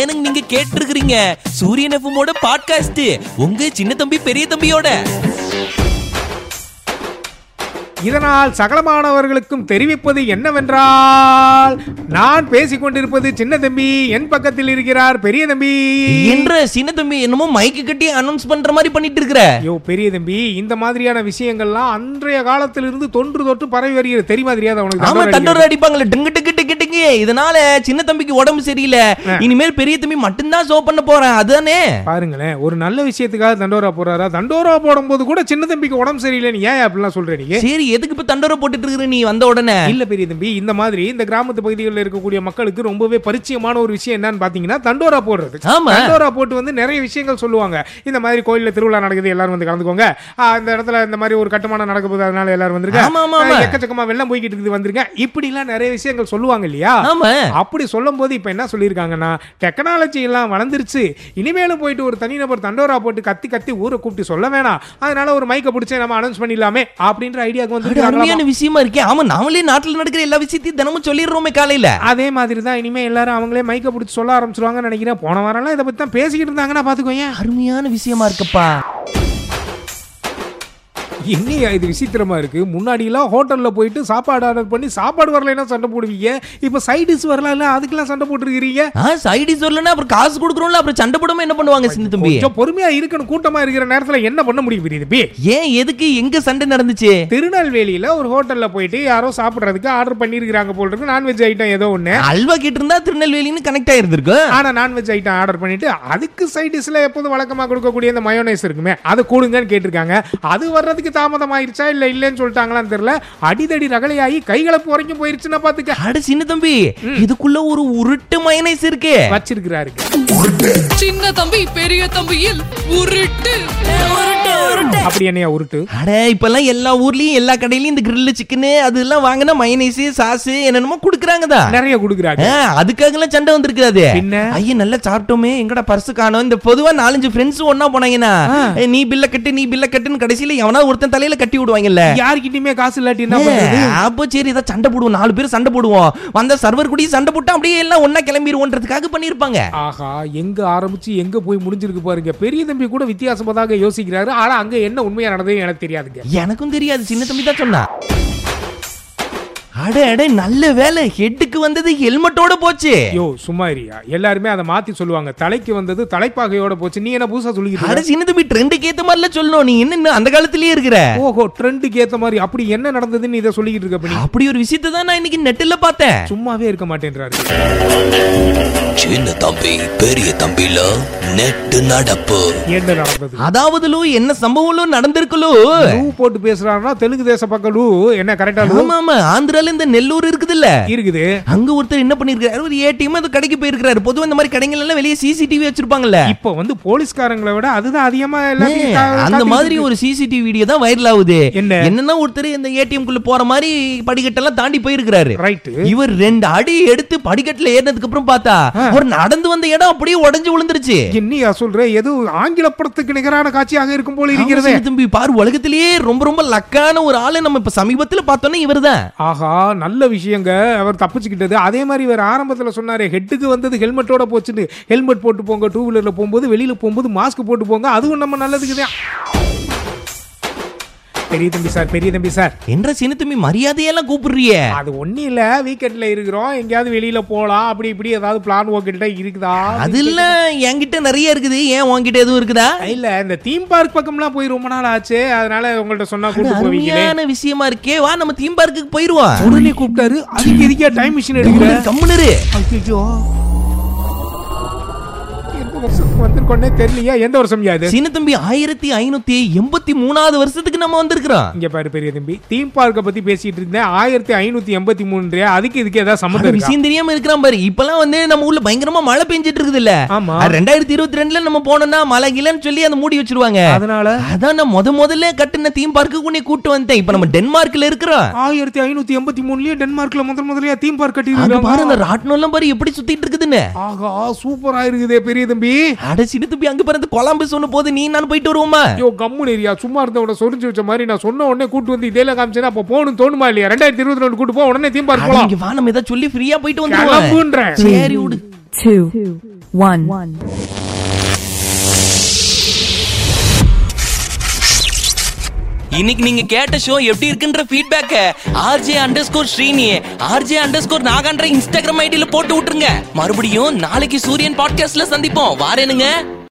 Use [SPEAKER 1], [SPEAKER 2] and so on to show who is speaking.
[SPEAKER 1] ஏனுங்க நீங்க கேட்டிருக்கிறீங்க சூரியன் எஃப்எம்மோட பாட்காஸ்ட் உங்க சின்ன தம்பி பெரிய தம்பியோட
[SPEAKER 2] இதனால் சகலமானவர்களுக்கும் தெரிவிப்பது என்னவென்றால் நான் பேசிக் கொண்டிருப்பது சின்ன தம்பி என் பக்கத்தில் இருக்கிறார் பெரிய தம்பி
[SPEAKER 1] என்ற சின்ன தம்பி என்னமோ மைக்கு கட்டி அனௌன்ஸ் பண்ற மாதிரி பண்ணிட்டு இருக்கிற
[SPEAKER 2] ஐயோ பெரிய தம்பி இந்த மாதிரியான விஷயங்கள்லாம் அன்றைய காலத்திலிருந்து தொன்று தொட்டு பரவி வருகிறது தெரியுமா தெரியாத உனக்கு
[SPEAKER 1] ஆமா
[SPEAKER 2] தண்டோரா
[SPEAKER 1] தண்டோர அடிப்பாங்களே டிங்கு டிங்கு டிங்கு டிங்கு இதனால சின்ன தம்பிக்கு உடம்பு சரியில்லை இனிமேல் பெரிய தம்பி மட்டும்தான் ஷோ பண்ண போறேன் அதுதானே
[SPEAKER 2] அடிக்கிறது? பாருங்களேன் ஒரு நல்ல விஷயத்துக்காக தண்டோரா போறாரா தண்டோரா போடும்போது கூட சின்ன தம்பிக்கு உடம்பு சரியில்லைன்னு ஏன் அப்படிலாம் சொல்ற நீங்க
[SPEAKER 1] சரி எதுக்கு இப்ப தண்டோர போட்டுட்டு இருக்கிற நீ வந்த உடனே
[SPEAKER 2] இல்ல பெரிய தம்பி இந்த மாதிரி இந்த கிராமத்து பகுதிகளில் இருக்கக்கூடிய மக்களுக்கு ரொம்பவே பரிச்சயமான ஒரு விஷயம் என்னன்னு பாத்தீங்கன்னா தண்டோரா போடுறது
[SPEAKER 1] ஆமா
[SPEAKER 2] தண்டோரா போட்டு வந்து நிறைய விஷயங்கள் சொல்லுவாங்க இந்த மாதிரி கோயில்ல திருவிழா நடக்குது எல்லாரும் வந்து கலந்துக்கோங்க ஆ, இந்த இடத்துல இந்த மாதிரி ஒரு கட்டுமானம் நடக்க போகுது அதனால எல்லாரும் வந்திருக்காங்க
[SPEAKER 1] ஆமா ஆமா ஆமா
[SPEAKER 2] எக்கச்சக்கமா வெள்ளம் போய்கிட்டு இருக்குது வந்திருங்க இப்படிலாம் நிறைய விஷயங்கள் சொல்லுவாங்க இல்லையா
[SPEAKER 1] ஆமா
[SPEAKER 2] அப்படி சொல்லும் போது இப்போ என்ன சொல்லியிருக்காங்கன்னா டெக்னாலஜி எல்லாம் வளர்ந்துருச்சு இனிமேலும் போயிட்டு ஒரு தனிநபர் தண்டோரா போட்டு கத்தி கத்தி ஊரை கூப்பிட்டு சொல்ல வேணாம் அதனால ஒரு மைக்கை பிடிச்சி நம்ம அனௌன்ஸ் பண்ணிடலாமே அப்படின்ற ஐடியாவுக்கு
[SPEAKER 1] அது
[SPEAKER 2] வந்து
[SPEAKER 1] அருமையான விஷயமா இருக்கே ஆமா நாமளே நாட்டுல நடக்கிற எல்லா விஷயத்தையும் தினமும் சொல்லிடுறோமே காலையில
[SPEAKER 2] அதே மாதிரி தான் இனிமே எல்லாரும் அவங்களே மைக்கை பிடிச்சி சொல்ல ஆரம்பிச்சிருவாங்கன்னு நினைக்கிறேன் போன வாரம்லாம் இதை பத்தி தான் பேசிக்கிட்டு இருந்தாங்கன்னா பாத்துக்கோங்க
[SPEAKER 1] அருமையான விஷயமா இருக்குப்பா
[SPEAKER 2] என்னையா இது விசித்திரமா இருக்கு முன்னாடிலாம் ஹோட்டல்ல போயிட்டு சாப்பாடு ஆர்டர் பண்ணி சாப்பாடு வரலைன்னா சண்டை போடுவீங்க இப்போ சைடிஸ் வரலாம் இல்ல அதுக்கெல்லாம் சண்டை போட்டுருக்கிறீங்க
[SPEAKER 1] ஆ சைடி சொல்லனா அப்புறம் காசு கொடுக்குறோம்ல அப்புறம் சண்டை போடாம என்ன பண்ணுவாங்க சின்ன தம்பி
[SPEAKER 2] கொஞ்சம் பொறுமையா இருக்கணும் கூட்டமா இருக்கிற நேரத்துல என்ன பண்ண முடியும் புரியுது பி
[SPEAKER 1] ஏன் எதுக்கு எங்க சண்டை நடந்துச்சு
[SPEAKER 2] திருநெல்வேலியில ஒரு ஹோட்டல்ல போயிட்டு யாரோ சாப்பிடுறதுக்கு ஆர்டர் பண்ணியிருக்கிறாங்க போல் இருக்கு நான்வெஜ் ஐட்டம் ஏதோ ஒண்ணு
[SPEAKER 1] அல்வா கேட்டிருந்தா திருநெல்வேலின்னு கனெக்ட் ஆயிருந்திருக்கும்
[SPEAKER 2] ஆனா நான்வெஜ் ஐட்டம் ஆர்டர் பண்ணிட்டு அதுக்கு சைட் டிஷ்ல எப்போதும் வழக்கமா கொடுக்கக்கூடிய இந்த மயோனைஸ் இருக்குமே அது கூடுங்கன்னு கேட்டிருக்காங்க அது வர்றதுக்கு தாமதம் ஆயிருச்சா இல்ல இல்லன்னு சொல்லிட்டாங்களான்னு தெரியல அடிதடி ரகலையாகி கைகலப்பு வரைக்கும் போயிருச்சுன்னா பாத்துக்க
[SPEAKER 1] அட சின்ன தம்பி இதுக்குள்ள ஒரு உருட்டு மயனைஸ் இருக்கு
[SPEAKER 2] வச்சிருக்கிறாரு
[SPEAKER 3] சின்ன தம்பி பெரிய தம்பியில் உருட்டு
[SPEAKER 2] அப்படி என்னையா உருட்டு
[SPEAKER 1] அட இப்பெல்லாம் எல்லா ஊர்லயும் எல்லா கடையிலயும் இந்த கிரில் சிக்கனு அதெல்லாம் வாங்கினா மயனைஸ் சாஸ் என்னென்னமோ குடுக்கறாங்க தான்
[SPEAKER 2] நிறைய கொடுக்குறாங்க
[SPEAKER 1] அதுக்காக எல்லாம் சண்டை வந்திருக்காது
[SPEAKER 2] பின்ன?
[SPEAKER 1] ஐயா நல்லா சாப்பிட்டோமே எங்கடா பர்ஸ் காணோம் இந்த பொதுவா நாலஞ்சு ஃப்ரெண்ட்ஸ் ஒண்ணா போனாங்கன்னா ஏய், நீ பில்ல கட்டு நீ பில்ல கட்டுன்னு கடைசியில எவனா ஒருத்தன் தலையில கட்டி விடுவாங்கல்ல
[SPEAKER 2] யார்கிட்டயுமே காசு இல்லாட்டி என்ன
[SPEAKER 1] ஏய்,
[SPEAKER 2] பண்றது
[SPEAKER 1] அப்போ சரி ஏதாவது சண்டை போடுவோம் நாலு பேர் சண்டை போடுவோம் வந்த சர்வர் கூடயும் சண்டை போட்டு அப்படியே எல்லாம் ஒண்ணா கிளம்பிடுவோன்றதுக்காக பண்ணிருப்பாங்க
[SPEAKER 2] ஆஹா எங்க ஆரம்பிச்சு எங்க போய் முடிஞ்சிருக்கு பாருங்க பெரிய தம்பி கூட வித்தியாசமாக யோசிக்கிறாரு ஆனா அங்க என்ன உண்மையா நடந்தது எனக்கு தெரியாதுங்க
[SPEAKER 1] எனக்கும் தெரியாது சின்ன தம்பி தான் சொன்னா அட அட நல்ல வேலை ஹெட்டுக்கு வந்தது ஹெல்மெட்டோட போச்சு
[SPEAKER 2] யோ சும்மா இருயா எல்லாருமே அதை மாத்தி சொல்லுவாங்க தலைக்கு வந்தது தலைப்பாகையோட போச்சு நீ என்ன புதுசா
[SPEAKER 1] அட
[SPEAKER 2] சொல்லிக்கிட்டு
[SPEAKER 1] சின்ன தம்பி ட்ரெண்டுக்கு ஏத்த மாதிரிலாம் சொல்லணும் நீ என்ன இன்னும் அந்த காலத்திலேயே இருக்கிற
[SPEAKER 2] இருக்க? ஓஹோ ட்ரெண்டுக்கு ஏத்த மாதிரி அப்படி என்ன நடந்ததுன்னு இதை சொல்லிக்கிட்டு இருக்க அப்ப நீ
[SPEAKER 1] அப்படி ஒரு விஷயத்தை தான் நான் இன்னைக்கு நெட்டில் பார்த்தேன்
[SPEAKER 2] சும்மாவே இருக்க மாட்டேன்றாரு
[SPEAKER 4] சின்ன தம்பி பெரிய தம்பில நெட்டு நடப்பு
[SPEAKER 2] என்ன நடந்தது
[SPEAKER 1] அதாவதுலோ என்ன சம்பவங்களோ நடந்திருக்கலோ
[SPEAKER 2] லூ போட்டு பேசுறாருன்னா தெலுங்கு தேச பக்கம் லூ என்ன கரெக்டா லூ
[SPEAKER 1] ஆமா ஆமா ஆந்திரால இந்த நெல்லூர் இருக்குதுல்ல
[SPEAKER 2] இருக்குது
[SPEAKER 1] அங்க ஒருத்தர் என்ன பண்ணிருக்காரு ஒரு ஏடிஎம் அந்த கடைக்கு போயிருக்காரு பொதுவா இந்த மாதிரி கடைகள் எல்லாம் வெளியே சிசிடிவி வச்சிருப்பாங்கல்ல
[SPEAKER 2] இப்ப வந்து போலீஸ்காரங்களை விட அதுதான் அதிகமா
[SPEAKER 1] ஏய்,
[SPEAKER 2] எல்லாத்தையும் கா-
[SPEAKER 1] அந்த
[SPEAKER 2] காத்திட்டு
[SPEAKER 1] மாதிரி
[SPEAKER 2] இருக்கு.
[SPEAKER 1] ஒரு சிசிடிவி வீடியோ தான் வைரல் ஆகுது
[SPEAKER 2] என்ன?
[SPEAKER 1] என்னன்னா ஒருத்தர் இந்த ஏடிஎம் குள்ள போற மாதிரி படிக்கட்டெல்லாம் தாண்டி போயிருக்கிறாரு
[SPEAKER 2] ரைட்டு
[SPEAKER 1] இவர் ரெண்டு அடி எடுத்து படிக்கட்டுல ஏறினதுக்கு அப்புறம் பார்த்தா அவர் நடந்து வந்த இடம் அப்படியே உடைஞ்சு விழுந்துருச்சு
[SPEAKER 2] என்னையா சொல்ற எதுவும் ஆங்கில படத்துக்கு நிகரான காட்சியாக இருக்கும் போல
[SPEAKER 1] ஆமா,
[SPEAKER 2] இருக்கிறதே
[SPEAKER 1] சின்ன தம்பி பாரு உலகத்திலேயே ரொம்ப ரொம்ப லக்கான ஒரு ஆளு நம்ம இப்ப சமீபத்துல பார்த்தோம்னா இவர்தான்
[SPEAKER 2] ஆஹா நல்ல விஷயங்க அவர் தப்பிச்சுக்கிட்டது அதே மாதிரி இவர் ஆரம்பத்தில் சொன்னாரு ஹெட்டுக்கு வந்தது ஹெல்மெட்டோட போச்சுன்னு ஹெல்மெட் போட்டு போங்க டூ வீலரில் போகும்போது வெளியில் போகும்போது மாஸ்க் போட்டு போங்க அதுவும் நம்ம நல்லதுக்கு தான் பெரிய தம்பி சார் பெரிய தம்பி சார்
[SPEAKER 1] என்ற சின்ன தம்பி மரியாதையெல்லாம் கூப்பிடுறிய
[SPEAKER 2] அது ஒன்றும் இல்லை வீக்கெண்டில் இருக்கிறோம் எங்கேயாவது வெளியில் போகலாம் அப்படி இப்படி ஏதாவது பிளான் உங்ககிட்ட இருக்குதா
[SPEAKER 1] அதுல என்கிட்ட நிறைய இருக்குது ஏன் உன்கிட்ட எதுவும் இருக்குதா
[SPEAKER 2] இல்லை இந்த தீம் பார்க் பக்கம்லாம் போய் ரொம்ப நாள் ஆச்சு அதனால உங்கள்கிட்ட சொன்னா கூப்பிட்டு போவீங்களே
[SPEAKER 1] அருமையான விஷயமா இருக்கே வா நம்ம தீம் பார்க்குக்கு போயிருவோம்
[SPEAKER 2] உடனே கூப்பிட்டாரு அதுக்கு எதுக்கே டைம் மிஷின் எடுக்கிற
[SPEAKER 1] கம்முனரு
[SPEAKER 2] ஐயோ எந்த வருஷத்துக்கு வந்திருக்கோன்னே தெரியலையா எந்த வருஷம் யாது
[SPEAKER 1] சின்ன தம்பி ஆயிரத்தி ஐநூத்தி எண்பத்தி மூணாவது வருஷத்துக்கு நம்ம வந்திருக்கிறோம்
[SPEAKER 2] இங்க பாரு பெரிய தம்பி தீம் பார்க்க பத்தி பேசிட்டு இருந்தேன் ஆயிரத்தி ஐநூத்தி எண்பத்தி மூணு அதுக்கு இதுக்கு ஏதாவது
[SPEAKER 1] அது
[SPEAKER 2] சம்மந்தம் இருக்கா?
[SPEAKER 1] விஷயம் தெரியாம இருக்கிறான் பாரு இப்பெல்லாம் வந்து நம்ம ஊர்ல பயங்கரமா மழை பெஞ்சிட்டு இருக்குது இல்ல
[SPEAKER 2] ஆமா
[SPEAKER 1] ரெண்டாயிரத்தி இருபத்தி ரெண்டுல நம்ம போனோம்னா மழை கிலன்னு சொல்லி அதை மூடி வச்சிருவாங்க
[SPEAKER 2] அதனால
[SPEAKER 1] அதான் நான் முத முதல்ல கட்டின தீம் பார்க்கு உன்னை கூட்டு வந்தேன் இப்ப நம்ம டென்மார்க்ல இருக்கிறோம்
[SPEAKER 2] ஆயிரத்தி ஐநூத்தி எண்பத்தி மூணுலயே டென்மார்க்ல முதல் முதலியா தீம் பார்க்
[SPEAKER 1] அங்க பாரு
[SPEAKER 2] கட்டிருக்காங்க
[SPEAKER 1] அந்த ராட்டினம் எல்லாம் பாரு எப்படி சுத்திட்டு இருக்குதுன்னு
[SPEAKER 2] ஆகா சூப்பரா இருக்குதே பெரிய தம்பி
[SPEAKER 1] அட சின்ன தம்பி அங்க பாரு அந்த கொலம்பஸ் ஒண்ணு போது நீ நான் போயிட்டு வருவோமா
[SPEAKER 2] ஐயோ கம்முன்னு ஏரியா சும்மா இருந்தவன சொரிஞ்சு வச்ச மாதிரி நான் சொன்ன உடனே கூட்டு வந்து இதெல்லாம் காமிச்சேன்னா அப்ப போகணும் தோணுமா இல்லையா ரெண்டாயிரத்தி இருபத்தி ரெண்டு கூட்டு போ உடனே தீம் பார்க்
[SPEAKER 1] அட,
[SPEAKER 2] போலாம்
[SPEAKER 1] இங்க வா நம்ம ஏதாவது சொல்லி ஃப்ரீயா போயிட்டு வந்துருவோம்
[SPEAKER 2] கிளம்புன்றேன்
[SPEAKER 1] சரி விடு
[SPEAKER 5] two, one.
[SPEAKER 1] இன்னைக்கு நீங்க கேட்ட ஷோ எப்படி இருக்குன்ற ஃபீட்பேக்க RJ underscore Srini RJ underscore நாகான்ற இன்ஸ்டாகிராம் ஐடியில போட்டு விட்டுருங்க மறுபடியும் நாளைக்கு சூரியன் பாட்காஸ்ட்ல சந்திப்போம் வாரேனுங்க